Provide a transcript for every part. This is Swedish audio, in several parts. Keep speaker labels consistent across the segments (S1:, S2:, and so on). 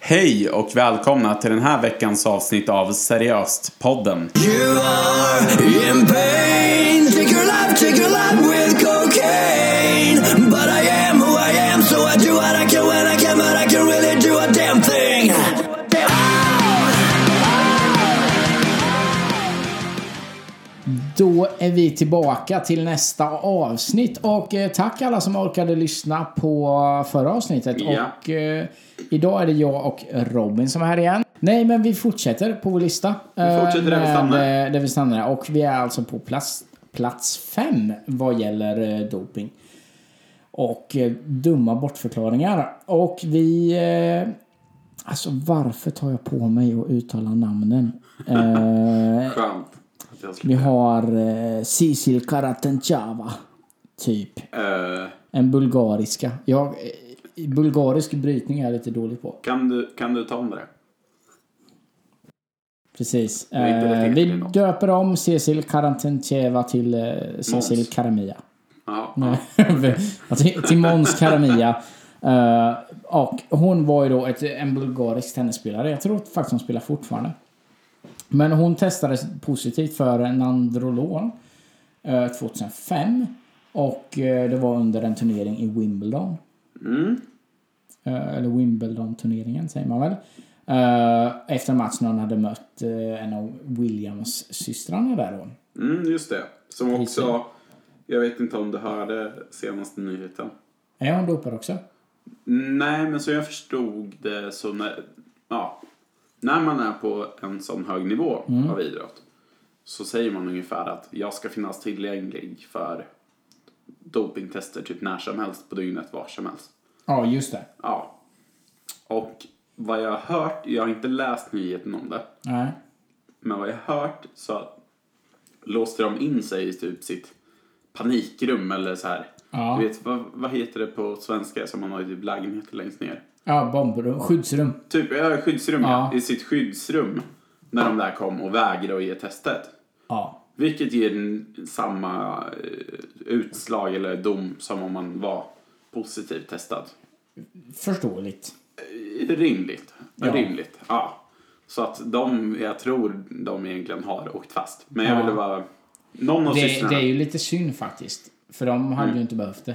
S1: Hej och välkomna till den här veckans avsnitt av Seriöst-podden.
S2: You are in pain. Take your life, take your life with cocaine. But I am who I am, so I do what I can when I can, but I can really do a damn thing.
S3: Då är vi tillbaka till nästa avsnitt och eh, tack alla som orkade lyssna på förra avsnittet.
S1: Ja.
S3: Och eh, idag är det jag och Robin som är här igen. Nej, men vi fortsätter på vår lista. Vi
S1: fortsätter där vi stannar.
S3: Där vi stannar. Och vi är alltså på plats, plats fem vad gäller eh, doping. Och eh, dumma bortförklaringar. Och vi... Eh, alltså varför tar jag på mig att uttala namnen? Eh,
S1: Skönt. att jag
S3: vi
S1: slipper.
S3: har eh, Cecil Karatenchava. Typ.
S1: Eh,
S3: En bulgariska. Jag, eh, bulgarisk brytning är jag lite dålig på.
S1: kan, du, kan du ta om det? där?
S3: Precis.
S1: är inte
S3: Eh,
S1: rätt
S3: vi
S1: egentligen.
S3: döper om Cecil Karatencheva till eh, Cecil
S1: Måns.
S3: Karamia.
S1: Jaha.
S3: Ja, till, Alltså, till Måns Karamia. Eh, och hon var ju då ett, en bulgarisk tennisspelare. Jag tror faktiskt hon spelar fortfarande. Men hon testades positivt för Nandrolon eh, 2005. Och eh, det var under en turnering i Wimbledon. Eh, eller Wimbledon-turneringen säger man väl. Eh, efter en match när hon hade mött eh, en av Williams-systrarna där då.
S1: Mm, just det. Som
S3: Just
S1: också... Jag vet inte om du hörde senaste nyheten.
S3: Är hon dopad också?
S1: Nej, men så jag förstod det så när... Ja. När man är på en sån hög nivå av idrott så säger man ungefär att jag ska finnas tillgänglig för dopingtester typ när som helst på dygnet, var som helst.
S3: Ja, just det.
S1: Ja. Och vad jag har hört, jag har inte läst nyheten om det,
S3: Nej.
S1: men vad jag har hört så låste de in sig i typ sitt panikrum eller så här.
S3: Ja.
S1: Du vet, vad, vad heter det på svenska som man har i typ lägenheter längst ner?
S3: Ja, bombrum. Skyddsrum.
S1: Typ ja, skyddsrum, ja.
S3: Ja.
S1: I sitt skyddsrum. När de där kom och vägrade att ge testet.
S3: Ja.
S1: Vilket ger en, samma eh, utslag eller dom som om man var positivt testad.
S3: Förståeligt.
S1: Rimligt.
S3: Ja.
S1: Rimligt, ja. Så att de, jag tror de egentligen har åkt fast. Men jag
S3: Ja.
S1: ville bara... Någon av
S3: Det, det är
S1: systrarna. Mm.
S3: ju lite synd faktiskt. För de hade ju inte behövt det.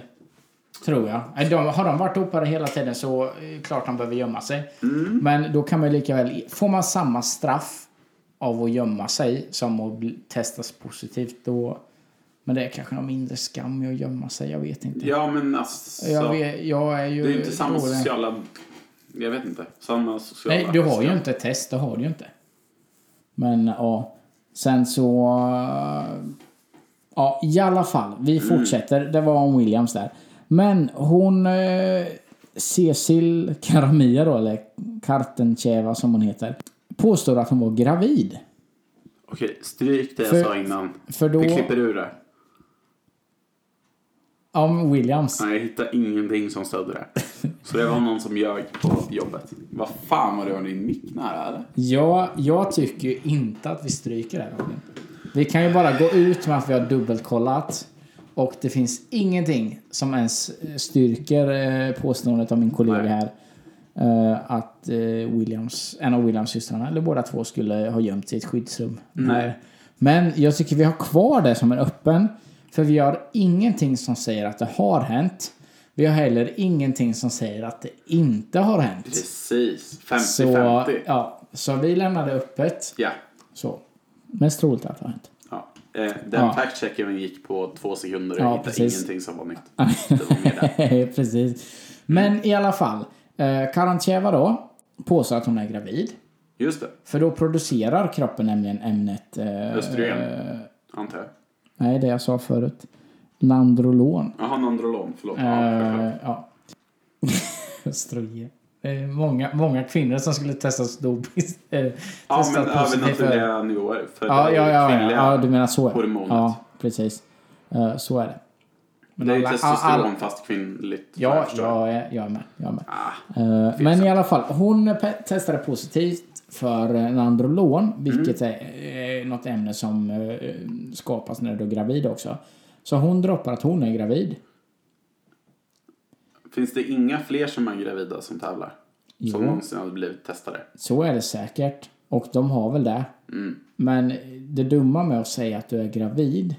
S3: Tror jag. Nej, De, har de varit dopade hela tiden så eh, klart de behöver gömma sig.
S1: Mm.
S3: Men då kan man ju lika väl... Får man samma straff av att gömma sig som att bli- testas positivt då... Men det är kanske någon mindre skam i att gömma sig. Jag vet inte.
S1: Ja, men alltså...
S3: jag, vet, jag är ju...
S1: det är ju inte samma
S3: dålig.
S1: sociala... Jag vet inte. Samma sociala...
S3: Nej, du har ju inte ett test, det har du ju inte. Men ja, sen så... Ja, i alla fall. Vi fortsätter. Det var om Williams där. Men hon... Eh, Cecil Karamia då, eller Kartencheva som hon heter. Påstår att hon var gravid.
S1: Okej, stryk det jag
S3: För-
S1: sa innan.
S3: för då-
S1: Vi klipper ur det.
S3: Om Williams.
S1: Nej, jag hittar ingenting som stödde det. Så det var någon som ljög på jobbet. Vad fan vad du har din mick nära eller?
S3: Ja, jag tycker ju inte att vi stryker det här. Robin. Vi kan ju bara gå ut med att vi har dubbelkollat. Och det finns ingenting som ens styrker eh, påståendet av min kollega
S1: Nej.
S3: här. eh, Att eh, Williams, en av Williams systrarna, eller båda två, skulle ha gömt sig i ett skyddsrum.
S1: Nej.
S3: Men jag tycker vi har kvar det som en öppen. För vi har ingenting som säger att det har hänt. Vi har heller ingenting som säger att det inte har hänt.
S1: Precis. 50-50.
S3: Så, ja, så vi lämnar det öppet.
S1: Ja.
S3: Så. Mest troligt att det har hänt.
S1: ja. Eh, Den
S3: Ja.
S1: fact-checkingen gick på två sekunder och jag
S3: Ja,
S1: hittade
S3: precis.
S1: ingenting som var nytt. Det var mer där.
S3: Precis. Men i alla fall. Eh, Karantjeva då påstår att hon är gravid.
S1: Just det.
S3: För då producerar kroppen nämligen ämnet... Eh,
S1: Östrogen. Antar jag.
S3: nej, det jag sa förut. Nandrolon.
S1: Jaha, Nandrolon. Förlåt. Ja,
S3: Eh,
S1: självklart.
S3: ja. Östrogen. Det är många, många kvinnor som skulle testas doping. Eh,
S1: ja
S3: testas
S1: men
S3: positivt för-
S1: övernaturliga nivåer. För det
S3: Ja,
S1: är
S3: ja, ja, ja,
S1: kvinnliga.
S3: ja, du menar så.
S1: hormonet.
S3: Ja, precis. Eh, så är det. Men
S1: Det är ju
S3: alla-
S1: testosteron
S3: alla-
S1: fast kvinnligt. vad
S3: Ja,
S1: jag förstår.
S3: jag är, jag är med. Jag är med.
S1: Ah,
S3: Eh, men i alla fall, hon pe- testade positivt för eh, nandrolon,
S1: Mm.
S3: vilket är eh, något ämne som eh, skapas när du är gravid också. Så hon droppar att hon är gravid.
S1: Finns det inga fler som är gravida som tävlar? som någonsin hade blivit testade.
S3: Så är det säkert. Och de har väl det.
S1: Mm.
S3: Men det dumma med att säga att du är gravid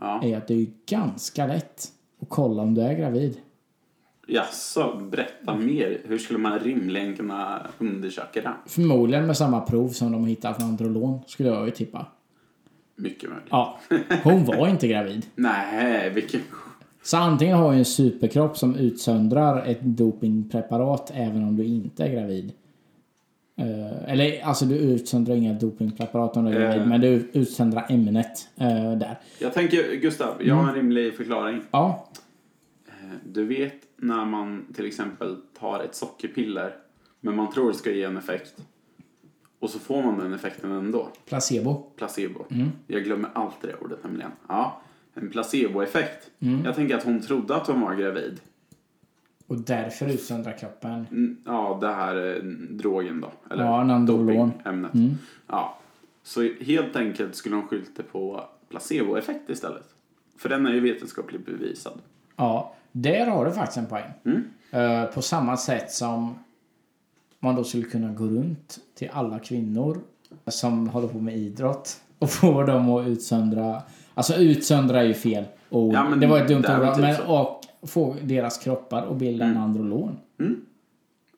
S1: Ja.
S3: är att det är ganska lätt att kolla om du är gravid.
S1: Jaså, berätta mer. Hur skulle man rimligen kunna undersöka det?
S3: Förmodligen med samma prov som de har hittat med Androlon, skulle jag ju tippa.
S1: Mycket möjligt.
S3: Ja, hon var inte gravid.
S1: Nej, vilken...
S3: Så antingen har du en superkropp som utsöndrar ett dopingpreparat även om du inte är gravid. Eh, eller alltså du utsöndrar inga dopingpreparat om du är
S1: Eh.
S3: gravid, men du utsöndrar ämnet eh, där.
S1: Jag tänker, Gustav, jag
S3: Mm.
S1: har en rimlig förklaring.
S3: Ja,
S1: Eh, Du vet när man till exempel tar ett sockerpiller men man tror det ska ge en effekt och så får man den effekten ändå.
S3: placebo.
S1: Placebo. Jag glömmer alltid det ordet nämligen. Ja, en placeboeffekt. Jag tänker att hon trodde att hon var gravid.
S3: Och därför utsöndrar kroppen.
S1: Mm, Ja, det här eh, drogen då. Eller
S3: Ja, Nandrolon.
S1: dopingämnet. Ja. Så helt enkelt skulle hon skylta på placeboeffekt istället. För den är ju vetenskapligt bevisad.
S3: Ja, där har du faktiskt en poäng.
S1: Mm.
S3: Eh, på samma sätt som man då skulle kunna gå runt till alla kvinnor som håller på med idrott och få dem att utsöndra. Alltså utsöndra är ju fel ord.
S1: Ja, men
S3: det var ett dumt
S1: det är väl
S3: ord.
S1: typ
S3: Men,
S1: så. Mm.
S3: och få deras kroppar att bilda en androlon.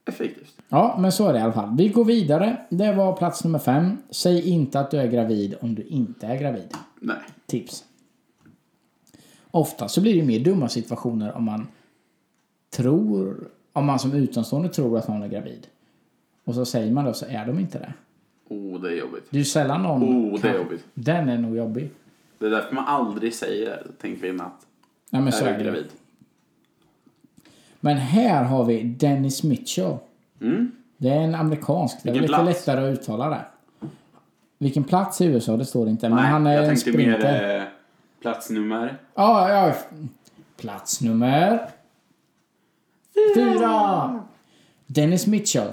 S1: Effektivt.
S3: Ja, men så är det i alla fall. Vi går vidare. Det var plats nummer fem. Säg inte att du är gravid om du inte är gravid.
S1: Nej.
S3: tips. Ofta så blir det ju mer dumma situationer om man tror, om man som utomstående tror att någon är gravid. Och så säger man då så är de inte det.
S1: Oh, det är jobbigt.
S3: Det är ju sällan någon...
S1: Oh, det är jobbigt.
S3: Den är nog jobbig.
S1: Det är därför man aldrig säger till kvinnan att
S3: Nej men så
S1: är
S3: är
S1: du
S3: det.
S1: gravid.
S3: Men här har vi Dennis Mitchell. Det är en amerikansk. Det är
S1: Mm. Vilken
S3: lite
S1: plats?
S3: lättare att uttala det. Vilken plats i USA, det står det inte. Men
S1: Nej,
S3: han är
S1: jag
S3: en
S1: tänkte mer
S3: sprinter.
S1: eh, platsnummer.
S3: Ja, ja. Plats nummer... Fyra! Dennis Mitchell.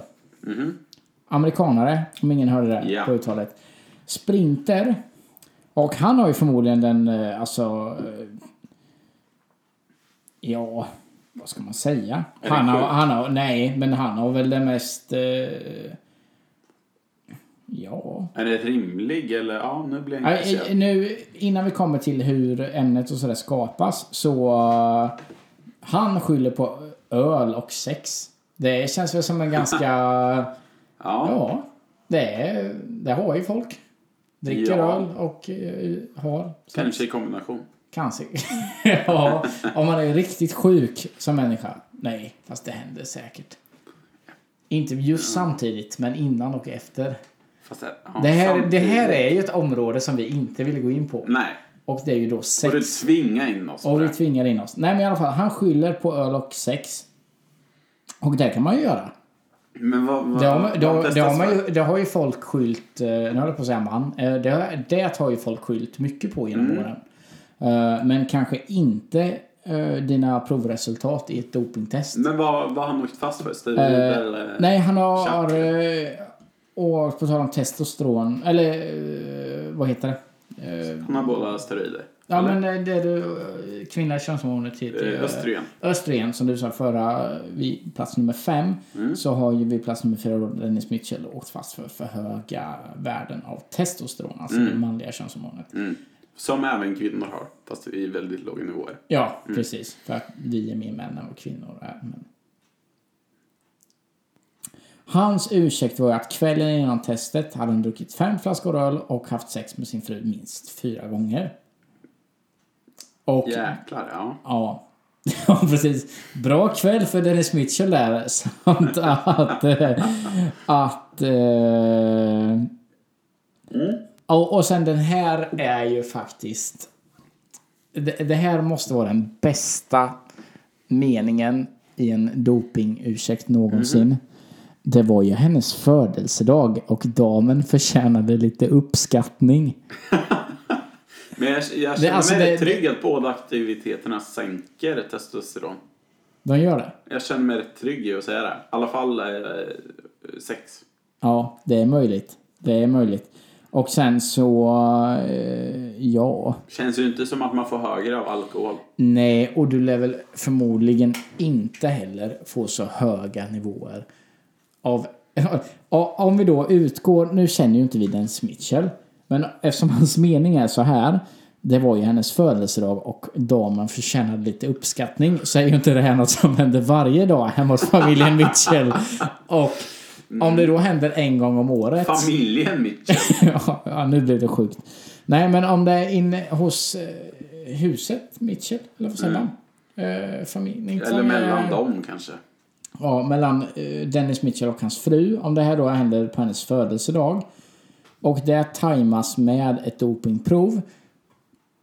S3: Amerikanare, om ingen hörde det
S1: Mhm. Ja.
S3: på uttalet. Sprinter. Och han har ju förmodligen den, eh, alltså... eh, Ja, vad ska man säga?
S1: Är
S3: Han
S1: det
S3: har,
S1: sjukt?
S3: han har, nej, men han har väl den mest... Eh, ja,
S1: Är det rimlig eller? Ja, nu blir Alltså, jag
S3: Nej, eh,
S1: intresserad.
S3: Nu, innan vi kommer till hur ämnet och sådär skapas så... eh, Han skyller på öl och sex. Det känns väl som en ganska...
S1: Ja,
S3: ja, det, är, det har ju folk. Dricker
S1: Ja.
S3: öl och eh, har sex.
S1: kanske i kombination.
S3: Cancer. ja, om man är riktigt sjuk som människa. Nej, fast det händer säkert. Inte just
S1: Mm.
S3: samtidigt, men innan och efter.
S1: Fast, det- ja,
S3: Det här, det
S1: samtidigt.
S3: här är ju ett område som vi inte vill gå in på.
S1: Nej,
S3: Och det är ju då
S1: och du
S3: sex.
S1: tvingar in oss på
S3: Och du
S1: det.
S3: tvingar in oss. Nej men i alla fall, han skyller på öl och sex. Och det kan man ju göra.
S1: Men vad, vad,
S3: Det har, man- det,
S1: vad
S3: har, det,
S1: testas
S3: har man
S1: för?
S3: ju, det har ju folk skylt, eh, nu höll jag på att säga man, eh, det, har- det har ju folk skylt mycket på
S1: Mm.
S3: genom åren. Eh, Men kanske inte eh, dina provresultat i ett dopingtest.
S1: Men vad, vad har han åkt fast för? Steroider eller?
S3: Eh, Nej, han har... eh, Och på tal om testosteron, eller eh, vad heter det? Eh,
S1: Han har båda steroider.
S3: Ja
S1: Eller?
S3: men eh, det du, eh, kvinnliga könshormoner till, till
S1: Eh, östrogen.
S3: Östrogen som du sa förra, vid plats nummer fem så har ju vid plats nummer fyra då Dennis Mitchell åkt fast för för höga värden av testosteron, alltså det manliga könshormonet.
S1: Som även kvinnor har, fast i väldigt låga nivåer.
S3: Ja, precis. För att vi är mer män än vad kvinnor är. Men... Hans ursäkt var ju att kvällen innan testet hade han druckit fem flaskor öl och haft sex med sin fru minst fyra gånger. Och
S1: Jäklar, ja.
S3: Ja. Ja, precis. Bra kväll för Dennis Mitchell där. Samt att... eh, att eh, och, och sen den här är ju faktiskt... Det, det här måste vara den bästa meningen i en dopingursäkt någonsin. Det var ju hennes födelsedag och damen förtjänade lite uppskattning.
S1: Men jag, jag känner
S3: alltså,
S1: mig
S3: det-
S1: trygg att båda aktiviteterna sänker testosteron.
S3: De gör det.
S1: Jag känner mig rätt trygg i att säga det. I alla fall eh, sex.
S3: Ja, det är möjligt. Det är möjligt. Och sen så... Eh, ja.
S1: Känns ju inte som att man får högre av alkohol.
S3: Nej, och du lär väl förmodligen inte heller få så höga nivåer av... Och Om vi då utgår, nu känner ju inte vi den Mitchell, men eftersom hans mening är så här, det var ju hennes födelsedag och damen förtjänade lite uppskattning, så är ju inte det här något som händer varje dag hemma hos familjen Mitchell. Och om det då händer en gång om året...
S1: Familjen Mitchell.
S3: Alltså, Ja, ja, nu blev det sjukt. Nej, men om det är inne hos eh, huset Mitchell, eller vad säger man? Eh, familj,
S1: Mm.
S3: inte
S1: Eller
S3: fam-
S1: mellan dem kanske.
S3: Ja, mellan eh, Dennis Mitchell och hans fru. Om det här då händer på hennes födelsedag. Och det tajmas med ett dopingprov.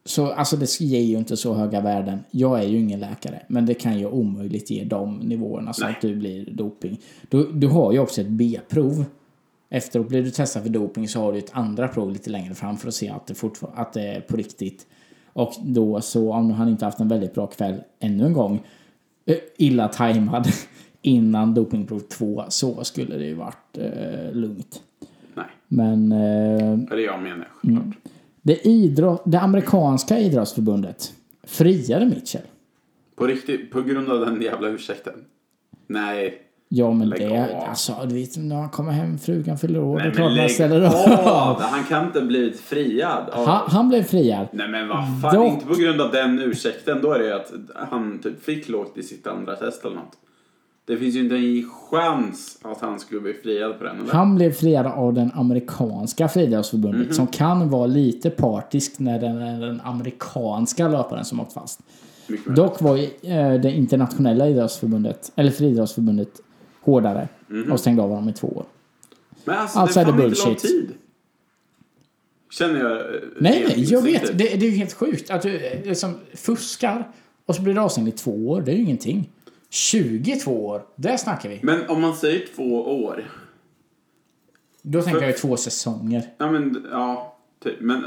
S3: Så alltså det ger ju inte så höga värden. Jag är ju ingen läkare, men det kan ju omöjligt ge de nivåerna så
S1: Nej.
S3: att du blir doping. Du, du har ju också ett B-prov. Efteråt blir du testad för doping så har du ett andra prov lite längre fram för att se att det, fortfar- att det är på riktigt. Och då så, om han inte haft en väldigt bra kväll ännu en gång, eh, illa tajmad innan dopingprov 2 så skulle det ju varit eh, lugnt.
S1: Nej,
S3: Men eh,
S1: det är det jag menar. självklart.
S3: Mm. det, idrott, det amerikanska idrottsförbundet friade Mitchell.
S1: På riktigt, på grund av den jävla ursäkten. Nej.
S3: Ja men
S1: Lägg
S3: det,
S1: av.
S3: alltså du vet när han kommer hem, frugan fyller år, det
S1: Nej
S3: är klart man
S1: lägg
S3: ställer
S1: av!
S3: upp.
S1: Han kan inte blivit friad. av-
S3: Han, han blev friad.
S1: Nej men vad fan,
S3: Mm. Dock-
S1: inte på grund av den ursäkten. Då är det ju att han typ fick lågt i sitt andra test eller något. Det finns ju inte en chans att han skulle bli friad på den. Eller?
S3: Han blev friad av den amerikanska friidrottsförbundet
S1: Mhm.
S3: som kan vara lite partisk när den är den amerikanska löparen som åkt fast.
S1: Mycket mer.
S3: Dock var ju, eh, det internationella idrottsförbundet, eller friidrottsförbundet, hårdare och stängde av honom i två år.
S1: Men alltså,
S3: Alltså
S1: det
S3: är
S1: är fan
S3: det
S1: inte lång
S3: bullshit.
S1: tid. Känner jag. eh,
S3: Nej,
S1: rent
S3: nej, jag
S1: instinktivt.
S3: vet. Det, det är ju helt sjukt att du eh, liksom fuskar och så blir du avstängd i två år. Det är ju ingenting. 22 år, där snackar vi.
S1: Men om man säger två år.
S3: Då tänker jag ju två säsonger.
S1: Ja men, ja. Typ, men.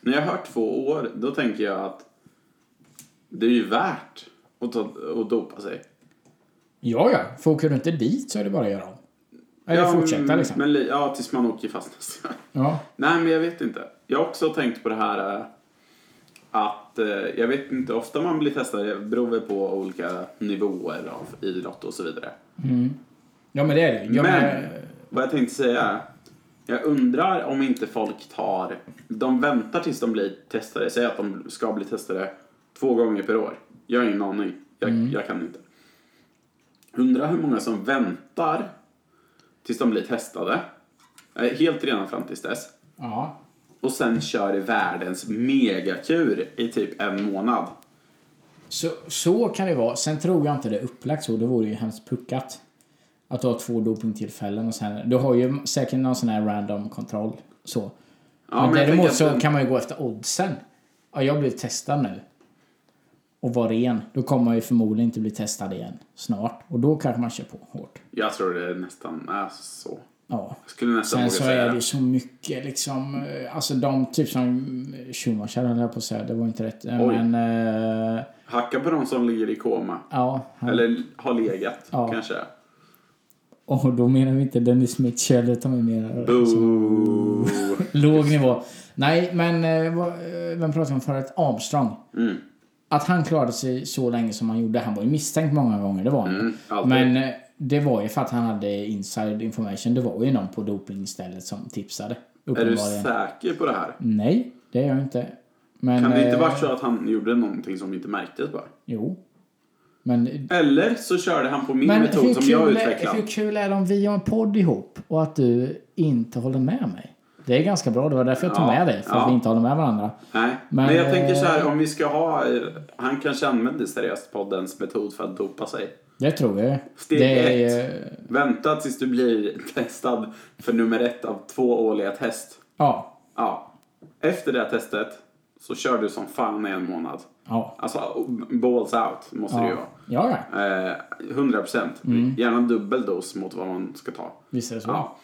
S1: När jag hör två år, då tänker jag att det är ju värt att, ta, att dopa sig.
S3: Ja, ja. För åker du inte dit så är det bara att göra om. Eller
S1: Ja,
S3: fortsätta
S1: men-
S3: liksom.
S1: Men, li- ja, tills man åker fast nästa gång.
S3: Ja.
S1: Nej, men jag vet inte. Jag har också tänkt på det här eh, att eh, jag vet inte, ofta man blir testad det beror väl på olika nivåer av idrott och så vidare.
S3: ja, men eh, det är det ju. Jag
S1: men
S3: menar,
S1: vad jag tänkte säga är, jag undrar om inte folk tar, de väntar tills de blir testade, säg att de ska bli testade två gånger per år. Jag har ingen aning, jag,
S3: Mm.
S1: jag kan inte. Undrar hur många som väntar tills de blir testade, eh, helt redan fram tills dess.
S3: ja.
S1: Och sen kör i världens megakur i typ en månad.
S3: Så, så kan det vara. Sen tror jag inte det är upplagt så. Det vore ju hemskt puckat. Att du har två dopingtillfällen och sen... Du har ju säkert någon sån här random kontroll. Så.
S1: Ja,
S3: men
S1: jag tänker
S3: däremot
S1: att
S3: så
S1: den-
S3: kan man ju gå efter oddsen. Ja, jag blev testad nu. Och var ren. Då kommer man ju förmodligen inte bli testad igen snart. Och då kanske man kör på hårt.
S1: Jag tror det nästan är så.
S3: Ja.
S1: Jag skulle nästan
S3: Sen
S1: våga
S3: så
S1: säga
S3: är det ju
S1: det.
S3: så mycket liksom, eh, alltså de typ som Schumacher höll jag på att säga, det var inte rätt. eh,
S1: Oj.
S3: Men, eh,
S1: Hacka på de som ligger i koma.
S3: ja. han-
S1: Eller har legat,
S3: Ja.
S1: kanske.
S3: Och då menar vi inte Dennis Mitchell utan vi menar liksom
S1: Boo.
S3: låg nivå. Nej, men eh, vad- eh, vem pratade om förut? Armstrong.
S1: Mm.
S3: Att han klarade sig så länge som han gjorde. Han var ju misstänkt många gånger, det var han.
S1: Mm, alltid.
S3: men eh, det var ju för att han hade inside information. Det var ju någon på dopingstället som tipsade.
S1: Är du
S3: Uppenbarligen.
S1: säker på det här?
S3: Nej, det är jag inte. Men,
S1: Kan det inte
S3: eh,
S1: vara så att han gjorde någonting som inte märktes bara?
S3: Jo. Men,
S1: Eller så körde han på min
S3: men hur,
S1: metod som jag
S3: kul är,
S1: utvecklade.
S3: hur kul är det om vi gör en podd ihop och att du inte håller med mig? Det är ganska bra, det var därför jag tog
S1: Ja,
S3: med dig. För
S1: ja.
S3: att vi inte håller med varandra.
S1: Nej.
S3: Men,
S1: Men, jag
S3: eh,
S1: tänker så här, om vi ska ha... eh, Han kanske använder seriöst poddens metod för att dopa sig.
S3: Det tror jag ju.
S1: Steg
S3: det är,
S1: ett.
S3: ju-
S1: Vänta tills du blir testad för nummer ett av två årliga test.
S3: Ja.
S1: Ja. Efter det här testet så kör du som fan i en månad.
S3: Ja.
S1: Alltså, balls out måste det ju
S3: Ja,
S1: vara.
S3: ja. ja.
S1: Eh, 100 procent.
S3: Mm.
S1: Gärna dubbel dos mot vad man ska ta.
S3: Visst är det så.
S1: Ja.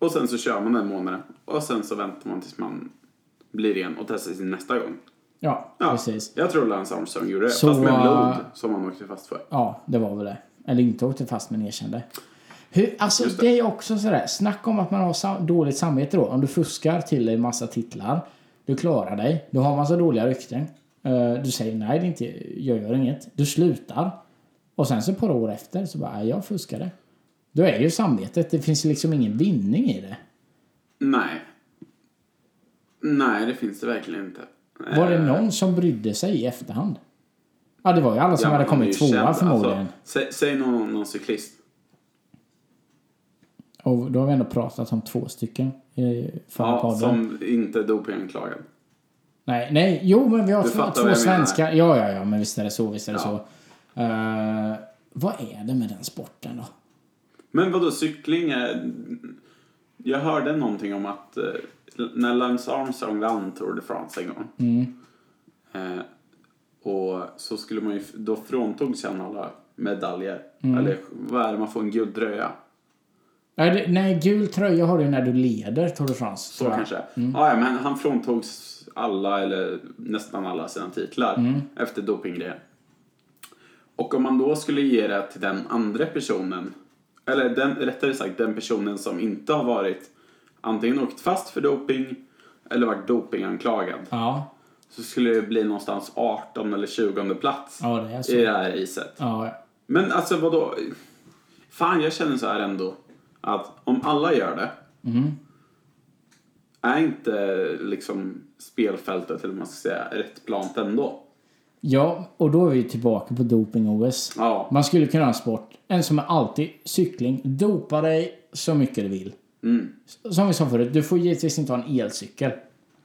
S1: Och sen så kör man den månaden. Och sen så väntar man tills man blir ren och testar sin nästa gång.
S3: Ja,
S1: Ja,
S3: precis.
S1: Jag tror Lance Armstrong gjorde det.
S3: Så,
S1: fast med blod
S3: eh,
S1: som han åkte fast för.
S3: Ja, det var väl det. Eller inte åkte fast men erkände. Hur, alltså det.
S1: det.
S3: är också sådär, snacka om att man har sam- dåligt samvete då. Om du fuskar till dig massa titlar, du klarar dig, du har massa dåliga rykten. eh, Du säger nej, det är inte, jag gör inget. Du slutar. Och sen så ett par år efter så bara, "Nej, jag fuskade. Då är ju samvetet. Det finns liksom ingen vinning i det.
S1: Nej. Nej, det finns det verkligen inte.
S3: Var det
S1: Eh,
S3: någon som brydde sig i efterhand? Ja, det var ju alla som
S1: ja,
S3: hade
S1: men han är
S3: kommit
S1: ju
S3: tvåa
S1: känd.
S3: förmodligen.
S1: Alltså, sä, säg någon, någon cyklist.
S3: Och då har vi ändå pratat om två stycken eh, i förra
S1: Ja,
S3: podden.
S1: som inte är dopinganklagad.
S3: Nej, nej, jo men vi har
S1: Du
S3: två,
S1: fattar vad
S3: två
S1: jag menar.
S3: svenska. Ja, ja, ja, men visst är det så, visst är det
S1: Ja.
S3: så. Eh, vad är det med den sporten då?
S1: Men vadå, cykling är... Jag hörde någonting om att eh, när Lance Armstrong vann Tour de France en gång. Eh, och så skulle man ju, då fråntogs han alla medaljer. Eller vad är det, man får en guldröja.
S3: Nej, det, nej, gul tröja har du när du leder Tour de France.
S1: Så
S3: tror jag.
S1: kanske.
S3: Mm.
S1: Ja, ja, men han fråntogs alla, eller nästan alla sina titlar
S3: Mm.
S1: efter dopinggrejen. Och om man då skulle ge det till den andra personen, eller den, rättare sagt den personen som inte har varit antingen åkt fast för doping eller varit dopinganklagad
S3: Ja,
S1: så skulle det bli någonstans 18 eller 20 plats
S3: ja det är så.
S1: i det här racet.
S3: Ja,
S1: Men alltså vadå? Fan, jag känner så här ändå. Att om alla gör det.
S3: Mm.
S1: Är inte liksom spelfältet, eller vad man ska säga, rätt plant ändå?
S3: ja, och då är vi tillbaka på doping-OS.
S1: Ja.
S3: Man skulle kunna ha en sport, en som är alltid cykling. Dopa dig så mycket du vill.
S1: Mm.
S3: Som vi sa förut, du får givetvis inte ha en elcykel.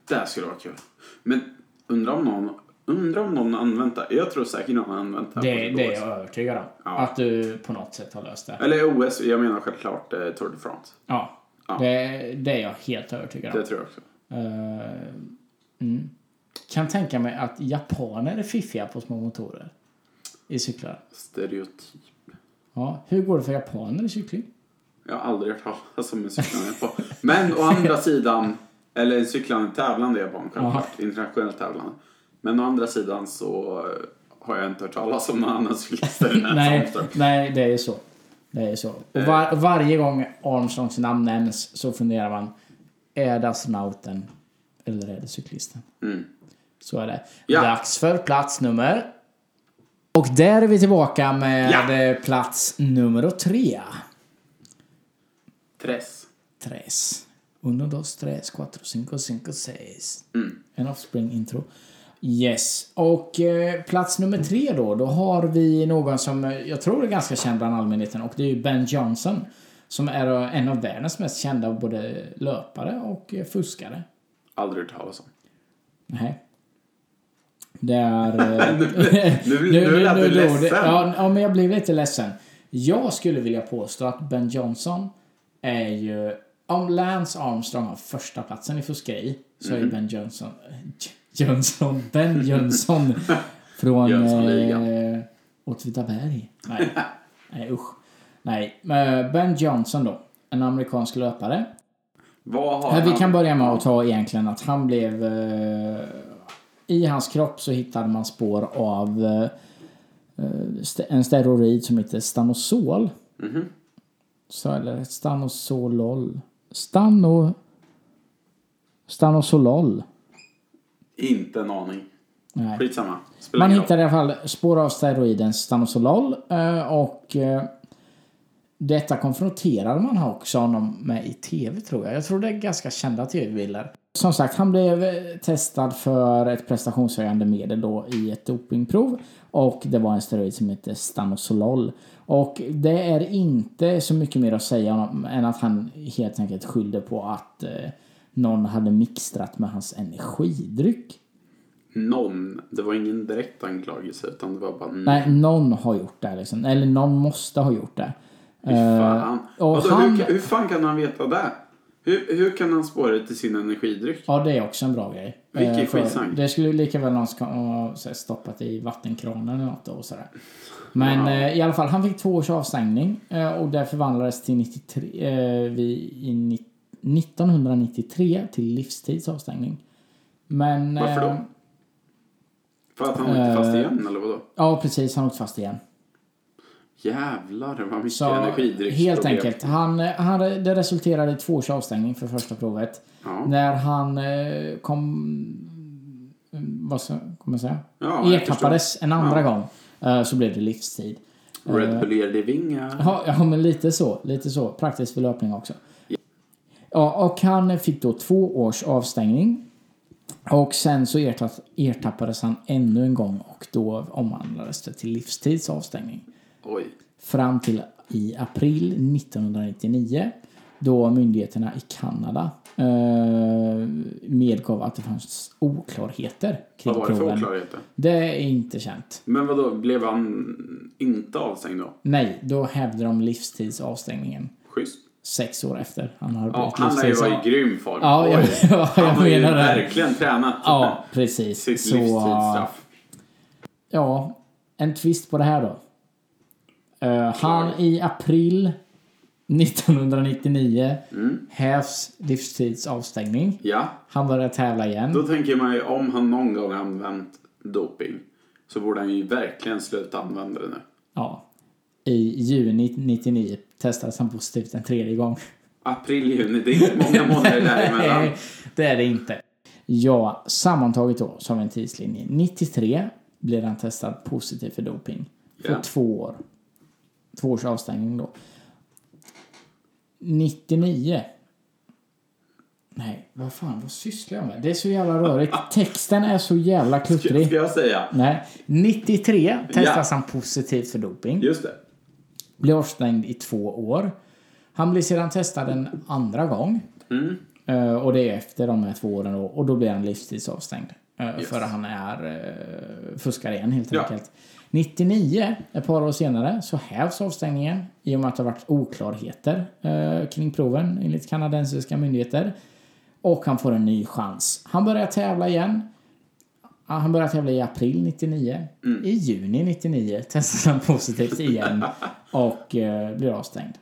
S1: Det här skulle vara kul. Men undrar om någon, undrar om någon har använt det. Jag tror säkert någon har använt det. här
S3: Det,
S1: på
S3: det är
S1: OS.
S3: jag övertygad om.
S1: Ja.
S3: Att du på något sätt har löst det.
S1: Eller OS, jag menar självklart eh, Tour de France.
S3: Ja. Det, det är jag helt övertygad om.
S1: Det tror jag också.
S3: Eh, mm. Kan tänka mig att japaner är fiffiga på små motorer. I cyklar.
S1: Stereotyp.
S3: Ja. Hur går det för japaner i cykling?
S1: Jag har aldrig hört talas om en cyklande på. Men å andra sidan, eller en cyklande tävlande är barn självklart, internationellt tävlande. Men å andra sidan så eh, har jag inte hört talas om några andra cyklister i den här
S3: Nej,
S1: sammanhanget.
S3: nej, det är ju så. Det är ju så. Och
S1: Eh.
S3: var, varje gång Armstrongs namn nämns så funderar man. Är det astronauten? Eller är det cyklisten? Så är det.
S1: Mm. Ja.
S3: Dags för plats nummer... Och där är vi tillbaka med
S1: Ja.
S3: eh, plats nummer tre.
S1: Tress.
S3: Tres. Uno, dos, tres, cuatro, cinco, cinco, seis. En offspring intro. Yes. Och eh, plats nummer tre då. Då har vi någon som eh, jag tror är ganska känd bland allmänheten och det är ju Ben Johnson. Som är eh, en av världens mest kända både löpare och eh, fuskare.
S1: Aldrig hört talas om.
S3: Nej. Det är... eh,
S1: Nu, nu, nu lät du
S3: då-
S1: ledsen.
S3: Ja, ja, men jag blev lite ledsen. Jag skulle vilja påstå att Ben Johnson är ju... Om Lance Armstrong har första platsen i fuskeri så
S1: Mm.
S3: är ju Ben Johnson... Johnson... Ben Johnson från...
S1: Jönssonligan.
S3: eh, Åtvidaberg. Nej. Nej, usch. Nej. men eh, Ben Johnson då. En amerikansk löpare.
S1: Vad har
S3: Ja, vi
S1: han?
S3: kan börja med att ta egentligen att han blev... Eh, I hans kropp så hittade man spår av eh, st- en steroid som heter stanosol. Så, eller stanosolol. Stano... Stanosolol.
S1: Inte en aning.
S3: Nej.
S1: Skitsamma. Spelar
S3: Man
S1: ingen roll.
S3: hittade i alla fall spår av steroiden stanosolol eh, och eh, detta konfronterade man också honom med i tv tror jag. Jag tror det är ganska kända tv-bilder. Som sagt, han blev eh, testad för ett prestationshöjande medel då i ett dopingprov och det var en steroid som hette stanosolol. Och det är inte så mycket mer att säga om än att han helt enkelt skyllde på att eh, någon hade mixtrat med hans energidryck.
S1: Någon. Det var ingen direkt anklagelse utan det var bara Nej.
S3: Nej, någon har gjort det. Liksom. Eller någon måste ha gjort det.
S1: fan.
S3: Eh, och
S1: Vadå,
S3: han-
S1: hur, kan- hur fan kan han veta det? Hur, hur kan han spåra det till sin energidryck?
S3: Ja, det är också en bra grej.
S1: Vilken
S3: Eh, för
S1: skitsnack.
S3: Det skulle ju lika väl någon ska, ha så här, stoppat i vattenkranen eller något och sådär. Men eh, i alla fall, han fick två års avstängning eh, och det förvandlades till 93, eh, vi, i ni- 1993 till livstidsavstängning. Men...
S1: Varför
S3: eh,
S1: då? För att han åkte fast igen eller vadå?
S3: Ja, precis. Han åkte fast igen.
S1: Jävlar vad mycket
S3: Så
S1: energidryck
S3: helt
S1: det blev.
S3: enkelt. Han, eh, han, det resulterade i två års avstängning för första provet.
S1: Ja.
S3: När han eh, kom... mm, Vad ska kommer jag säga?
S1: Ja, jag
S3: Ertappades en andra gång eh, så blev det livstid.
S1: Red Bullerade vingar.
S3: Ja, ja, men lite så. Lite så. Praktiskt för löpning också. Ja, och han fick då två års avstängning. Och sen så ertapp- ertappades han ännu en gång och då omvandlades det till livstids avstängning.
S1: Oj.
S3: Fram till i april 1999 då myndigheterna i Kanada eh, medgav att det fanns oklarheter kring
S1: Vad var det för
S3: proven.
S1: oklarheter?
S3: Det är inte känt.
S1: Men vad då blev han inte avstängd då?
S3: Nej, då hävde de livstidsavstängningen
S1: Schysst.
S3: sex år efter han hade
S1: Ja,
S3: blivit
S1: han lär ju vara
S3: livstidsavstängd.
S1: i grym form.
S3: Ja, jag,
S1: Oj.
S3: ja,
S1: Han
S3: jag
S1: har ju
S3: menar det.
S1: verkligen tränat
S3: Ja,
S1: sitt
S3: precis. Så,
S1: livstidsstraff.
S3: ja, en twist på det här då. Eh, han i april 1999 hävs livstidsavstängning.
S1: Ja,
S3: Han börjar tävla
S1: då
S3: igen.
S1: tänker man ju om han någon gång använt doping så borde han ju verkligen sluta använda det nu.
S3: Ja. I juni 99 testades han positivt en tredje gång.
S1: April, juni, det är inte många månader däremellan.
S3: Nej, det är det inte. Ja, sammantaget då, som en tidslinje. 93 blir han testad positiv för doping. För
S1: Ja.
S3: två år. Två års avstängning då. 99. Nej, vad fan, vad sysslar jag med? Det är så jävla rörigt. Texten är så jävla kluttrig.
S1: Ska jag säga.
S3: Nej. 93 testas
S1: Ja.
S3: han positivt för doping
S1: Just det.
S3: blir avstängd i två år. Han blir sedan testad en andra gång. Eh, och det är efter de här två åren då, och då blir han livstidsavstängd. Uh, För att han är uh, fuskar igen helt
S1: Ja.
S3: enkelt. 99, ett par år senare, så hävs avstängningen i och med att det har varit oklarheter eh, kring proven enligt kanadensiska myndigheter. Och han får en ny chans. Han börjar tävla igen. Ja, Han började tävla i april 99.
S1: Mm.
S3: I juni 99 testades han positivt igen och eh, blir avstängd.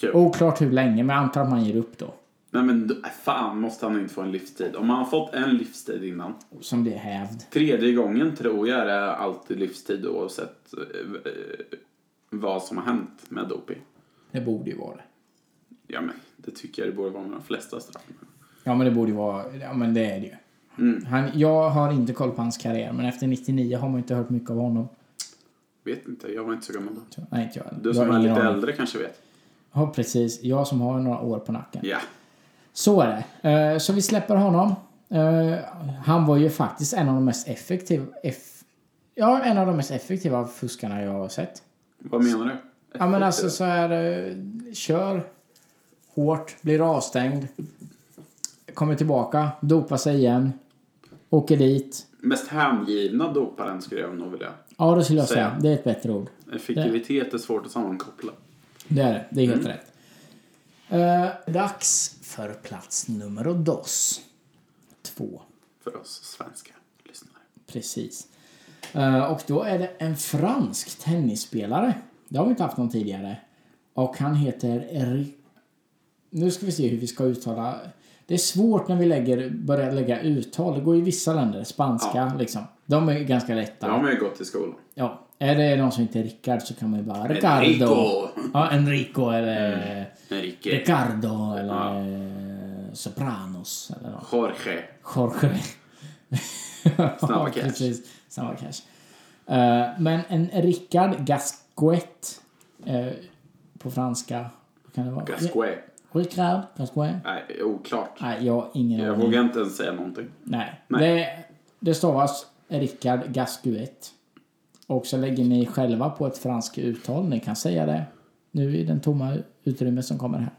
S1: Kul.
S3: Oklart hur länge, men jag antar att man ger upp då.
S1: Nej men d- äh, fan måste han inte få en livstid. Om han har fått en livstid innan.
S3: Som blir hävd.
S1: Tredje gången tror jag är alltid livstid oavsett eh, eh, vad som har hänt med doping.
S3: Det borde ju vara det.
S1: Ja men det tycker jag det borde vara med de flesta straff.
S3: Ja, men det borde ju vara... Ja, men det är det ju.
S1: Mm.
S3: Han, jag har inte koll på hans karriär, men efter 99 har man inte hört mycket av honom.
S1: Vet inte, jag var inte så gammal då.
S3: Så, Nej, inte jag heller.
S1: Du
S3: Jag
S1: som
S3: har
S1: är
S3: ingen
S1: lite
S3: aning.
S1: äldre kanske vet.
S3: Ja, precis. Jag som har några år på nacken.
S1: Ja.
S3: Så är det. Eh, Så vi släpper honom. Eh, Han var ju faktiskt en av de mest effektiva... Eff... Ja, en av de mest effektiva fuskarna jag har sett.
S1: Vad menar du?
S3: Ja, men alltså så här... eh, Kör hårt, blir avstängd, kommer tillbaka, dopar sig igen, åker dit.
S1: Mest hängivna doparen skulle jag nog vilja.
S3: Ja, det skulle jag
S1: Säga.
S3: säga. Det är ett bättre ord.
S1: Effektivitet är svårt att sammankoppla.
S3: Det är det. Det är helt rätt. Eh, dags för plats nummer dos. Två.
S1: För oss svenska lyssnare.
S3: Precis. Eh, Och då är det en fransk tennisspelare. Det har vi inte haft någon tidigare. Och han heter... Ri- Nu ska vi se hur vi ska uttala. Det är svårt när vi lägger, börjar lägga uttal. Det går i vissa länder. Spanska, liksom. De är ganska lätta.
S1: Ja, men jag har gått i skolan.
S3: Ja, är det någon som inte är Rickard så kan man ju bara Ricardo.
S1: Enrico.
S3: Ja, Enrico eller
S1: Enrique.
S3: Ricardo eller Sopranos eller något.
S1: Jorge.
S3: Jorge.
S1: Snabba
S3: Ja,
S1: cash.
S3: Precis, snabba cash. Eh, men en Rickard Gasquet eh, på franska. Vad kan det vara?
S1: Gasquet.
S3: Rickard Gasquet?
S1: Nej, oklart.
S3: Nej, jag har ingen
S1: Jag
S3: aning.
S1: vågar inte ens säga någonting.
S3: Nej.
S1: Nej.
S3: Det, det stavas Rickard Gasquet. Och så lägger ni själva på ett franskt uttal. Ni kan säga det nu i den tomma utrymmet som kommer här.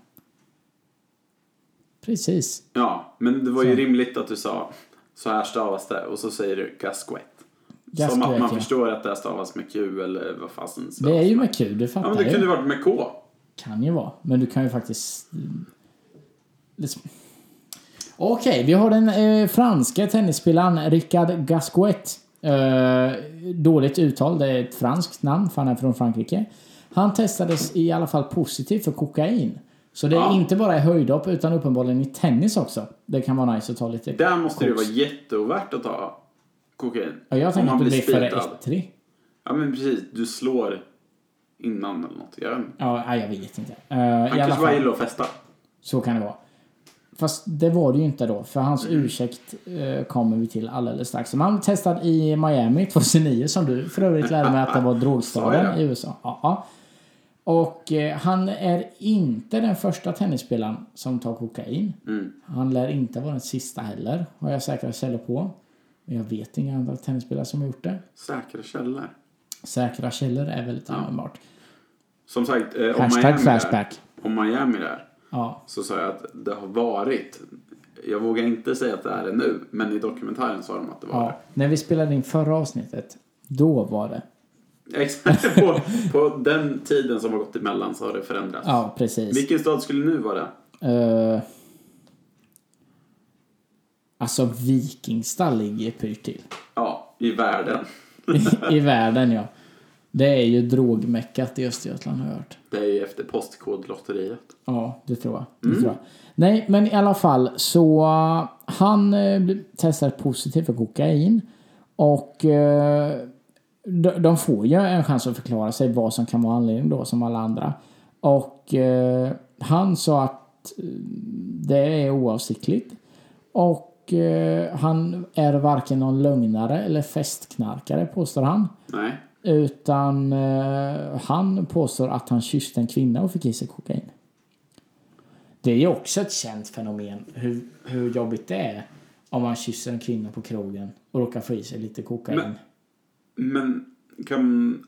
S3: Precis.
S1: Ja, men det var ju rimligt att du sa så här stavas det och så säger du gasquet. Som att
S3: Gasquet,
S1: man
S3: ja.
S1: förstår att det här stavas med Q eller vad fasen
S3: Det är ju med Q, du fattar
S1: Ja, men det
S3: ju.
S1: kunde varit med K.
S3: Kan ju vara, men du kan ju faktiskt... eh, Liksom- Okej, vi har den eh, franske tennisspelaren Rickard Gasquet. Eh, dåligt uttal, det är ett franskt namn för han är från Frankrike. Han testades i alla fall positivt för kokain. Så det är
S1: Ja.
S3: inte bara i höjdhopp utan uppenbarligen i tennis också. Det kan vara nice att ta lite
S1: Där måste det ju
S3: koks.
S1: vara jätteovärt att ta kokain.
S3: Ja, jag
S1: Om
S3: tänker
S1: man
S3: att du blir för
S1: speedad.
S3: ettrig.
S1: Ja men precis, du slår innan eller något. Jag vet inte.
S3: Ja, nej, jag vet inte. Eh, i
S1: Han
S3: alla
S1: kanske bara
S3: fall,
S1: gillar att festa.
S3: så kan det vara. Fast det var det ju inte då, för hans
S1: Mm.
S3: ursäkt eh, kommer vi till alldeles strax. Men han testade i Miami 2009, som du för övrigt lärde mig att det var drogstaden
S1: Sa jag?
S3: i USA. Ja, ja. Och eh, han är inte den första tennisspelaren som tar kokain.
S1: Mm.
S3: Han lär inte vara den sista heller, har jag säkra källor på. Men jag vet inga andra tennisspelare som har gjort det.
S1: Säkra källor.
S3: Säkra källor är väldigt användbart.
S1: Som sagt, eh, om
S3: Hashtag
S1: Miami
S3: flashback.
S1: Där, om Miami där,
S3: Ja,
S1: så sa jag att det har varit. Jag vågar inte säga att det är det nu, men i dokumentären sa de att det var
S3: ja. När vi spelade in förra avsnittet, då var det.
S1: det. Exakt, på, på den tiden som har gått emellan så har det förändrats.
S3: Ja, precis.
S1: Vilken stad skulle nu vara det?
S3: Eh, alltså Vikingstad ligger pyrt till.
S1: Ja, i världen.
S3: I, I världen ja. Det är ju drogmäckat i Östergötland har jag hört.
S1: Det är ju efter Postkodlotteriet.
S3: Ja, det tror jag. Det tror jag. Nej, men i alla fall så eh, han eh, blir- testar positivt för kokain och eh, de, de får ju en chans att förklara sig vad som kan vara anledningen då som alla andra. Och eh, han sa att eh, det är oavsiktligt och eh, han är varken någon lögnare eller festknarkare påstår han.
S1: Nej.
S3: Utan eh, han påstår att han kysste en kvinna och fick i sig kokain. Det är ju också ett känt fenomen hur, hur jobbigt det är om man kysser en kvinna på krogen och råkar få i sig lite kokain.
S1: Men- Men kan man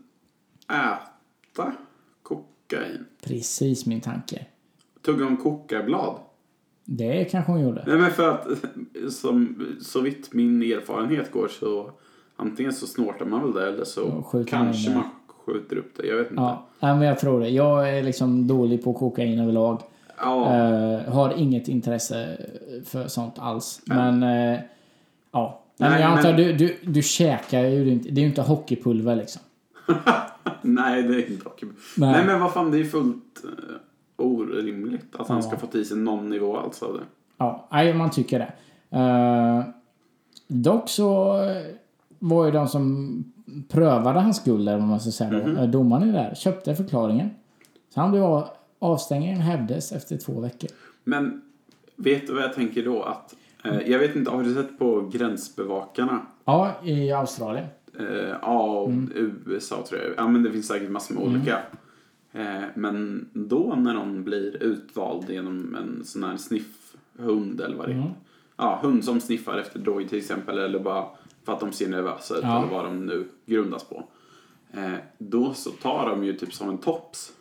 S1: äta kokain?
S3: Precis min tanke.
S1: Tugga om kokablad?
S3: Det kanske hon gjorde.
S1: Nej men för att som, så vitt min erfarenhet går så antingen så snortar man väl det eller
S3: Ja,
S1: så
S3: skjuter man
S1: kanske
S3: in det.
S1: man skjuter upp det. Jag vet inte.
S3: Ja, nej, men jag tror det. Jag är liksom dålig på kokain överlag.
S1: Ja,
S3: Eh, har inget intresse för sånt alls. Men eh, ja. Nej, men
S1: Nej,
S3: jag antar
S1: men-
S3: du, du, du käkar ju inte. Det är ju inte hockeypulver liksom.
S1: nej det är inte okej.
S3: Nej.
S1: Nej. men vad fan det är fullt eh, orimligt att han ska få i sig någon nivå alltså. alls av det.
S3: Ja, nej, man tycker det. Eh, dock så eh, var ju de som prövade hans guld, eller vad man ska säga,
S1: Mhm.
S3: mm domaren i det här, köpte förklaringen. Så han blev av, avstängningen hävdes efter två veckor.
S1: Men vet du vad jag tänker då? Att, eh, jag vet inte, har du sett på Gränsbevakarna?
S3: Ja, i Australien.
S1: Eh, ja, och USA tror jag. Ja, men det finns säkert massor med olika. Eh, men då när någon blir utvald genom en sån här sniffhund eller vad det heter. Ja, hund som sniffar efter droger till exempel eller bara för att de ser nervösa ut
S3: Ja.
S1: eller vad de nu grundas på. Eh, då så tar de ju typ som en tops.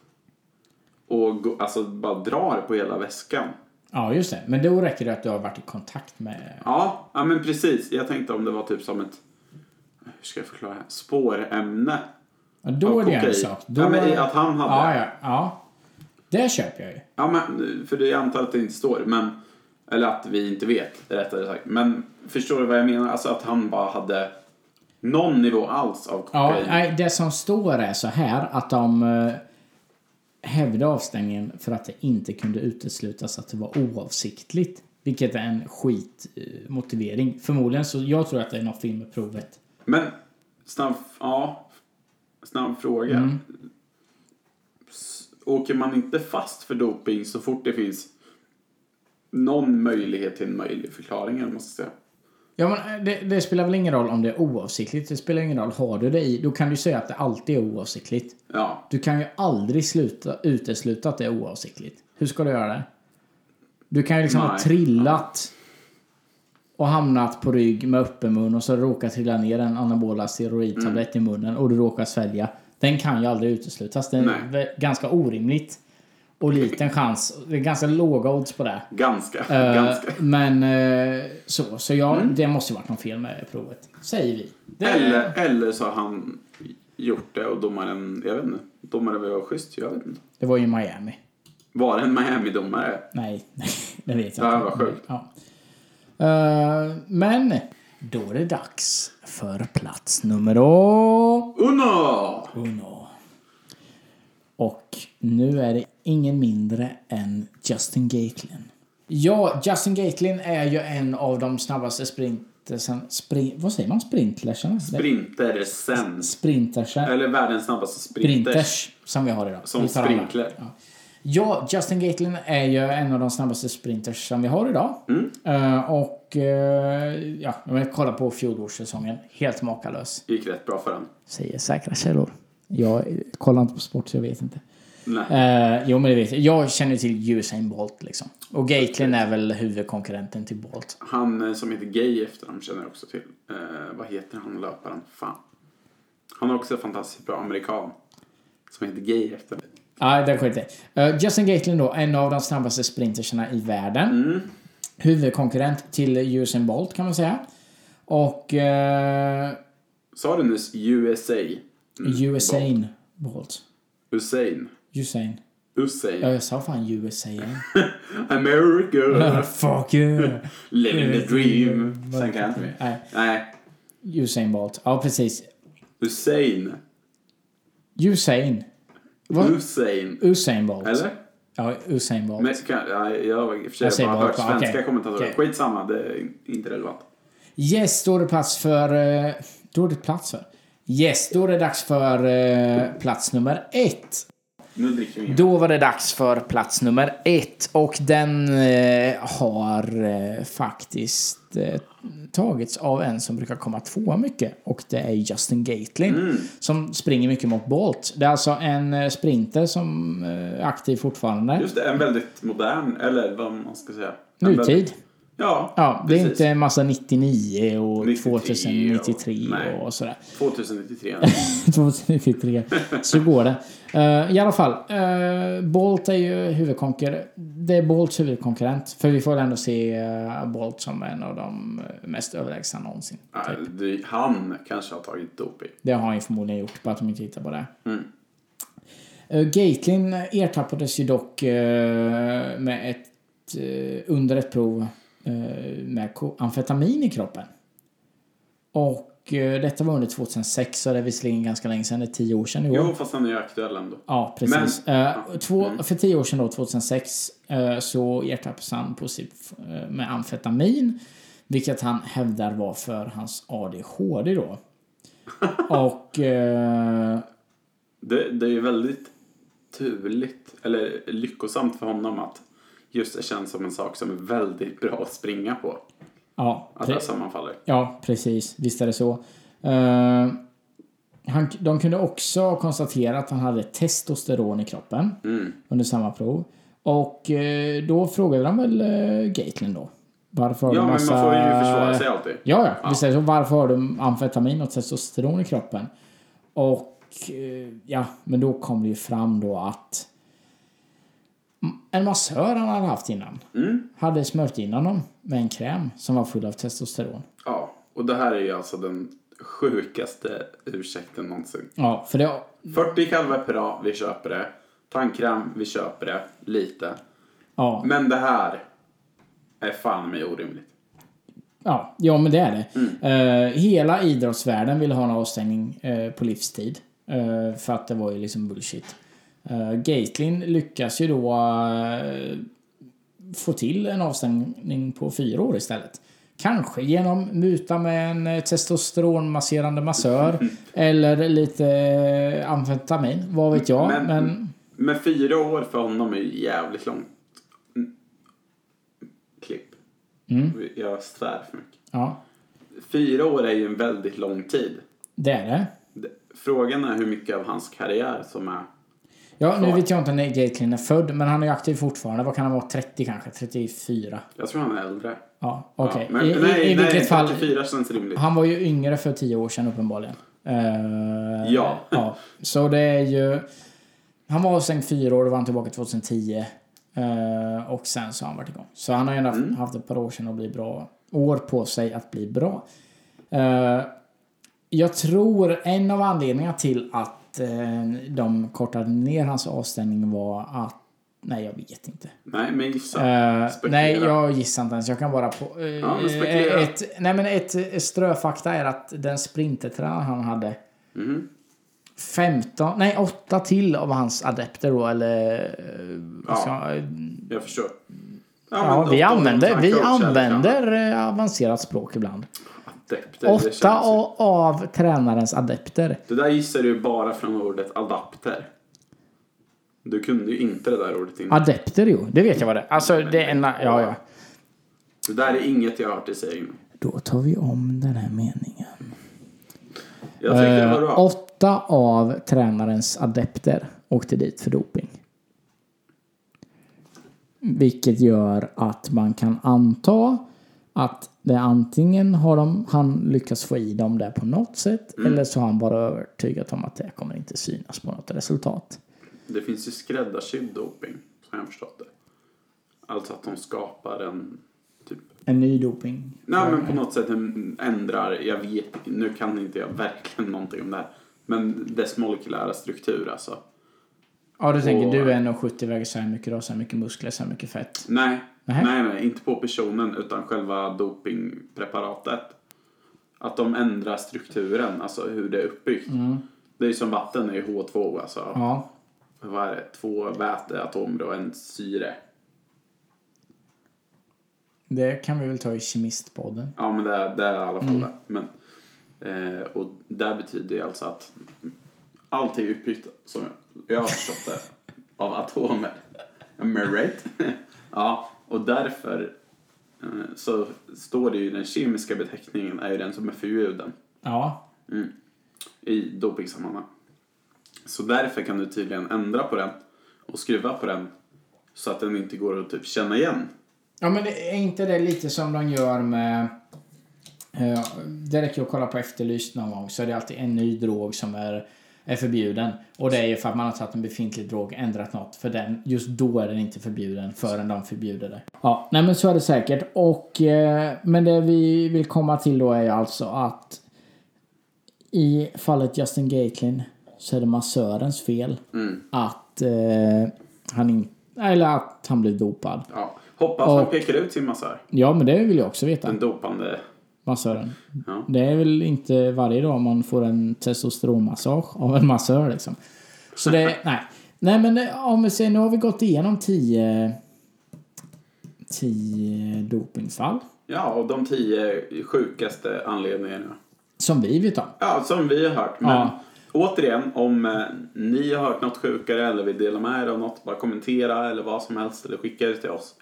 S1: Och gå, alltså bara drar på hela väskan.
S3: Ja, just det. Men då räcker det att du har varit i kontakt med...
S1: Ja, ja men precis. Jag tänkte om det var typ som ett, hur ska jag förklara, det här? spårämne.
S3: Ja, då
S1: Ja,
S3: är det ju en
S1: okej.
S3: sak. Då...
S1: Ja, men i att han
S3: Ja,
S1: hade.
S3: ja, ja. Det köper jag ju.
S1: Ja, men, för det jag antar att det inte står, men... Eller att vi inte vet, rättare sagt. Men förstår du vad jag menar? Alltså att han bara hade någon nivå alls av
S3: Ja,
S1: kokain.
S3: nej, det som står är så här att de eh, hävdade avstängningen för att det inte kunde uteslutas att det var oavsiktligt. Vilket är en skitmotivering. Förmodligen så, jag tror att det är något fel med provet.
S1: Men snabb, ja, snabb fråga.
S3: Mm.
S1: S- Åker man inte fast för doping så fort det finns någon möjlighet till en möjlig förklaring, eller vad man ska säga?
S3: Ja, men eh, det, det spelar väl ingen roll om det är oavsiktligt. Det spelar ingen roll. Har du det i, då kan du säga att det alltid är oavsiktligt.
S1: Ja,
S3: Du kan ju aldrig sluta, utesluta att det är oavsiktligt. Hur ska du göra det? Du kan ju liksom ha
S1: Nej.
S3: trillat och hamnat på rygg med öppen mun och så råkar trilla ner en anabola steroidtablett i munnen och du råkar svälja. Den kan ju aldrig uteslutas. Det är
S1: Nej.
S3: vä- ganska orimligt och liten chans. Det är ganska låga odds på det.
S1: ganska.
S3: Eh,
S1: ganska. Mm.
S3: Men eh, så, så jag, det måste ju varit något fel med provet. Säger vi. Det,
S1: Eller, eller så har han gjort det och domaren, jag vet inte, domaren var schysst, jag vet inte.
S3: det var ju Miami.
S1: Var det en Miami-domare?
S3: Nej, nej, det vet jag
S1: Ja,
S3: inte.
S1: vad sjukt.
S3: Ja. Eh, men då är det dags för plats nummer uno.
S1: Uno!
S3: Och nu är det ingen mindre än Justin Gatlin. Ja, Justin Gatlin är ju en av de snabbaste sprintersen, spring, vad säger man? Sprintlersen?
S1: Sprinter sen.
S3: Sprintersen.
S1: Eller världens snabbaste sprinter.
S3: Sprinters som vi har idag.
S1: Som
S3: Vi tar alla.
S1: sprinkler.
S3: Ja. Ja, Justin Gatlin är ju en av de snabbaste sprinters som vi har idag. Eh, och eh, ja, om jag kollar på fjolårssäsongen, helt makalös.
S1: Det gick rätt bra för den.
S3: Säger säkra källor. Jag kollar inte på sport så jag vet inte.
S1: Nej.
S3: Eh, jo, men det vet jag. Jag känner till Usain Bolt liksom. Och Gatlin är väl huvudkonkurrenten till Bolt.
S1: Han eh, som heter Gay efter honom känner jag också till. Eh, vad heter han löparen? Fan. Han är också en fantastiskt bra amerikan. Som heter Gay efter honom.
S3: Nej, Ah, det skiter jag i. Eh, Justin Gatlin då, en av de snabbaste sprinterserna i världen. Huvudkonkurrent till Usain Bolt kan man säga. Och eh,
S1: Sa du nyss USA?
S3: Usain Bolt.
S1: Usain?
S3: Usain.
S1: Usain?
S3: Ja, jag sa fan USA.
S1: America!
S3: Fuck you.
S1: Living the dream! Sen kan jag inte mer.
S3: Nej,
S1: Nej.
S3: Usain Bolt. Ja, precis.
S1: Usain.
S3: Usain. Vad?
S1: Usain.
S3: Usain Bolt.
S1: Eller?
S3: Ja, Usain Bolt.
S1: Men kan, ja, jag har i och för sig
S3: säger
S1: bara
S3: bara
S1: hört
S3: bara,
S1: svenska
S3: okej.
S1: kommentatorer.
S3: Okej.
S1: Skitsamma, det är inte relevant.
S3: Yes, då är det plats för... eh, Då är det plats för... Yes, då är det dags för eh, plats nummer ett.
S1: Nu dricker vi inget.
S3: Då var det dags för plats nummer ett och den eh, har eh, faktiskt eh, tagits av en som brukar komma tvåa mycket och det är Justin Gatlin
S1: Mm.
S3: som springer mycket mot Bolt. Det är alltså en eh, sprinter som eh, är aktiv fortfarande.
S1: Just det, en väldigt modern, eller vad man ska säga. En
S3: Nutid.
S1: väldigt- Ja,
S3: Ja, det är
S1: precis.
S3: inte en massa 99 och
S1: 93 och-
S3: 2093
S1: nej.
S3: och sådär.
S1: 2093.
S3: 2003. Så går det. Eh, I alla fall, eh, Bolt är ju huvudkonkurrent. Det är Bolts huvudkonkurrent. För vi får väl ändå se eh, Bolt som en av de eh, mest överlägsna någonsin.
S1: Ja, det- Han kanske har tagit doping.
S3: Det har han ju förmodligen gjort, bara att de inte hittar på det. Eh, Gatlin ertappades ju dock eh, med ett, eh, under ett prov eh, med ko- amfetamin i kroppen. Och eh, detta var under 2006, så det är visserligen ganska länge sedan, det är tio år sedan i år.
S1: Jo, fast han är ju aktuell ändå.
S3: Ja, precis.
S1: Men- Mm.
S3: Eh, två, För tio år sedan då, 2006, eh, så ertappades han positivt eh, med amfetamin. Vilket han hävdar var för hans ADHD då. Och... Eh,
S1: Det, det är ju väldigt turligt, eller lyckosamt för honom att just det känns som en sak som är väldigt bra att springa på.
S3: ja,
S1: Att
S3: pre-
S1: det sammanfaller.
S3: ja, precis. Visst är det så. Eh, han, de kunde också konstatera att han hade testosteron i kroppen
S1: Mm.
S3: under samma prov. Och eh, då frågade de väl eh, Gatlin då. Varför har
S1: Ja, men
S3: du
S1: man
S3: massa-
S1: får ju försvara sig alltid.
S3: Ja, ja. Visst är det så. Varför har de amfetamin och testosteron i kroppen? Och eh, ja, men då kom det ju fram då att en massör han hade haft innan hade smört in honom med en kräm som var full av testosteron.
S1: Ja, och det här är ju alltså den sjukaste ursäkten någonsin.
S3: Ja, för det...
S1: 40 kalvar per dag, vi köper det. Tandkräm, vi köper det. Lite.
S3: Ja,
S1: Men det här är fan mig orimligt.
S3: ja, ja men det är det. Eh, hela idrottsvärlden ville ha en avstängning eh, på livstid. Eh, för att det var ju liksom bullshit. Eh, Gatlin lyckas ju då eh, få till en avstängning på fyra år istället. Kanske genom muta med en eh, testosteronmasserande massör eller lite eh, amfetamin, vad vet jag.
S1: Men-
S3: men
S1: Men fyra år för honom är ju jävligt långt. Mm. Klipp.
S3: Mm.
S1: Jag svär för mycket.
S3: ja,
S1: Fyra år är ju en väldigt lång tid.
S3: det är det.
S1: Det- Frågan är hur mycket av hans karriär som är...
S3: Ja, nu
S1: Kvar.
S3: vet jag inte när Gatlin är född, men han är ju aktiv fortfarande. Vad kan han vara? 30 kanske? 34?
S1: Jag tror han är äldre.
S3: Ja, okej.
S1: Men,
S3: I,
S1: nej,
S3: i, I vilket
S1: nej,
S3: fall,
S1: 34 känns rimligt.
S3: han var ju yngre för 10 år sedan uppenbarligen. Eh,
S1: Ja.
S3: ja. Så det är ju... Han var avstängd fyra år, då var han tillbaka 2010. eh, och sen så har han varit igång. Så han har ju ändå
S1: Mm.
S3: haft- haft ett par år sedan att bli bra. År på sig att bli bra. Eh, jag tror en av anledningarna till att eh, de kortade ner hans avstängning var att... Nej, jag vet inte.
S1: Nej, men gissa.
S3: Eh,
S1: Spekulera.
S3: nej, jag gissar inte ens. Jag kan bara... På, eh,
S1: Ja, men spekulera.
S3: ett, nej, men ett eh, ströfakta är att den sprintertränaren han hade
S1: Mhm,
S3: 15, nej 8 till av hans adepter då, eller... eh, vad ska
S1: Ja.
S3: jag-
S1: Jag förstår.
S3: Ja,
S1: men
S3: vi
S1: åtta av
S3: använder,
S1: dem
S3: vi
S1: tackar också, eller?
S3: använder eh, avancerat språk ibland.
S1: Adepter, det känns ju-
S3: Åtta av, av tränarens adepter.
S1: Det där gissar du bara från ordet adapter. Du kunde ju inte det där ordet innan.
S3: Adepter jo, det vet jag vad det är. Alltså det är en... Ja, ja.
S1: Det där är inget jag har hört dig säga innan.
S3: Då tar vi om den här meningen.
S1: Jag tyckte det var
S3: Eh,
S1: bra.
S3: åtta av tränarens adepter åkte dit för doping. Vilket gör att man kan anta att det antingen har de, han lyckats få i dem där på något sätt
S1: Mm.
S3: eller så har han bara övertygat om att det här kommer inte synas på något resultat.
S1: Det finns ju skräddarsydd doping, så har jag förstått det. Alltså att de skapar en, typ...
S3: En ny doping.
S1: Nej, men på något sätt en- ändrar, jag vet nu kan inte jag verkligen någonting om det här. Men dess molekylära struktur alltså.
S3: Ja, du tänker
S1: Och-
S3: du är 1,70 väger så här mycket, du har så här mycket muskler, så här mycket fett.
S1: Nej,
S3: Nähä.
S1: nej, nej, inte på personen utan själva dopingpreparatet. Att de ändrar strukturen, alltså hur det är uppbyggt. Det är ju som vatten, det är ju H2O alltså.
S3: Mm. Ja,
S1: Vad är det? Två väteatomer och en syre.
S3: det kan vi väl ta i kemistpodden.
S1: Ja, men det, är- det är i alla fall det. Men, eh, och där betyder det alltså att allt är uppbyggt, som jag har förstått det, av atomer. Am I right? ja, och därför eh, så står det ju den kemiska beteckningen är ju den som är förbjuden
S3: Ja,
S1: i dopingsammanhang. Så därför kan du tydligen ändra på den och skruva på den så att den inte går att typ känna igen.
S3: Ja, men det- är inte det lite som de gör med... eh, Det räcker att kolla på Efterlyst någon gång så är det alltid en ny drog som är, är förbjuden. Och det är ju för att man har tagit en befintlig drog och ändrat något. För den, just då är den inte förbjuden förrän de förbjuder det. Ja, nej men så är det säkert. Och, eh, men det vi vill komma till då är ju alltså att i fallet Justin Gatlin så är det massörens fel att eh, han inte... Eller att han blev dopad.
S1: Ja. Hoppas man
S3: Och-
S1: pekar ut sin massör,
S3: Ja, men det vill jag också veta.
S1: den dopande.
S3: Massören.
S1: Mm. Ja.
S3: Det är väl inte varje dag man får en testosteronmassage av en massör liksom. Så det, nej. Nej men eh, om vi säger, nu har vi gått igenom 10 10 dopingfall.
S1: Ja, och de tio sjukaste anledningarna.
S3: Som vi vet om.
S1: Ja, som vi har hört. Men
S3: Ja.
S1: återigen, om eh, ni har hört något sjukare eller vill dela med er av något, bara kommentera eller vad som helst eller skicka det till oss.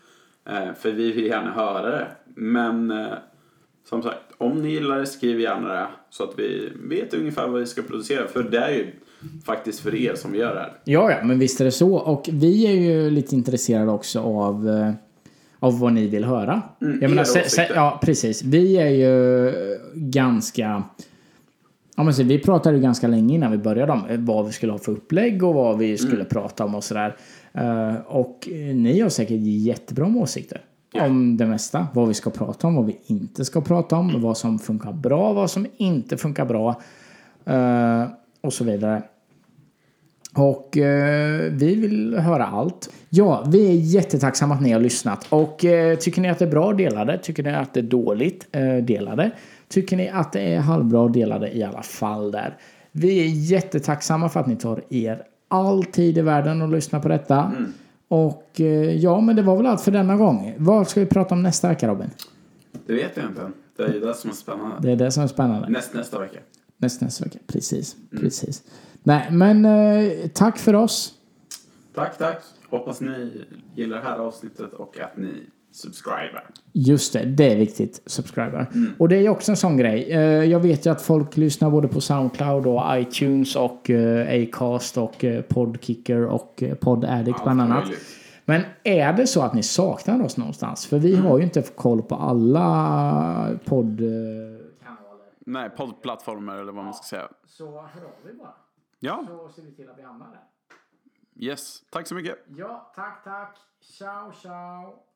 S1: Eh, för vi vill gärna höra det. Men eh, som sagt, om ni gillar det, skriv gärna det så att vi vet ungefär vad vi ska producera. För det är ju faktiskt för er som vi gör det här.
S3: Ja, ja, men visst är det så. Och vi är ju lite intresserade också av, eh, av vad ni vill höra.
S1: Mm, era
S3: jag menar, se, se,
S1: åsikter.
S3: ja, precis. Vi är ju eh, ganska... Ja, men så, vi pratade ju ganska länge innan vi började om eh, vad vi skulle ha för upplägg och vad vi skulle
S1: Mm.
S3: prata om och sådär. Eh, och eh, ni har säkert jättebra om åsikter. Om det mesta. Vad vi ska prata om, vad vi inte ska prata om, vad som funkar bra, vad som inte funkar bra. eh, och så vidare. Och eh, vi vill höra allt. Ja, vi är jättetacksamma att ni har lyssnat. Och eh, tycker ni att det är bra, dela det. Tycker ni att det är dåligt, eh, dela det. Tycker ni att det är halvbra, dela det i alla fall där. Vi är jättetacksamma för att ni tar er all tid i världen och lyssnar på detta. Och eh, ja, men det var väl allt för denna gång. Vad ska vi prata om nästa vecka, Robin?
S1: Det vet jag inte än. Det är ju det som är spännande.
S3: Det är det som är spännande.
S1: Näst, nästa vecka.
S3: Nästa, nästa vecka. Precis, precis. Nej, men eh, tack för oss.
S1: Tack, tack. Hoppas ni gillar det här avsnittet och att ni subscriber.
S3: Just det, det är viktigt. Subscriber. Och det är ju också en sån grej. Eh, Jag vet ju att folk lyssnar både på Soundcloud och iTunes och eh, Acast och eh, Podkicker och eh, Podaddict bland annat.
S1: möjligt.
S3: Men är det så att ni saknar oss någonstans? För vi har ju inte koll på alla podd... eh, Kanaler.
S1: Nej, poddplattformar eller vad man ska säga.
S3: Så hör av er bara.
S1: Ja,
S3: Så ser vi till att vi hamnar där.
S1: yes. Tack så mycket.
S3: Ja, tack, tack. Ciao, ciao.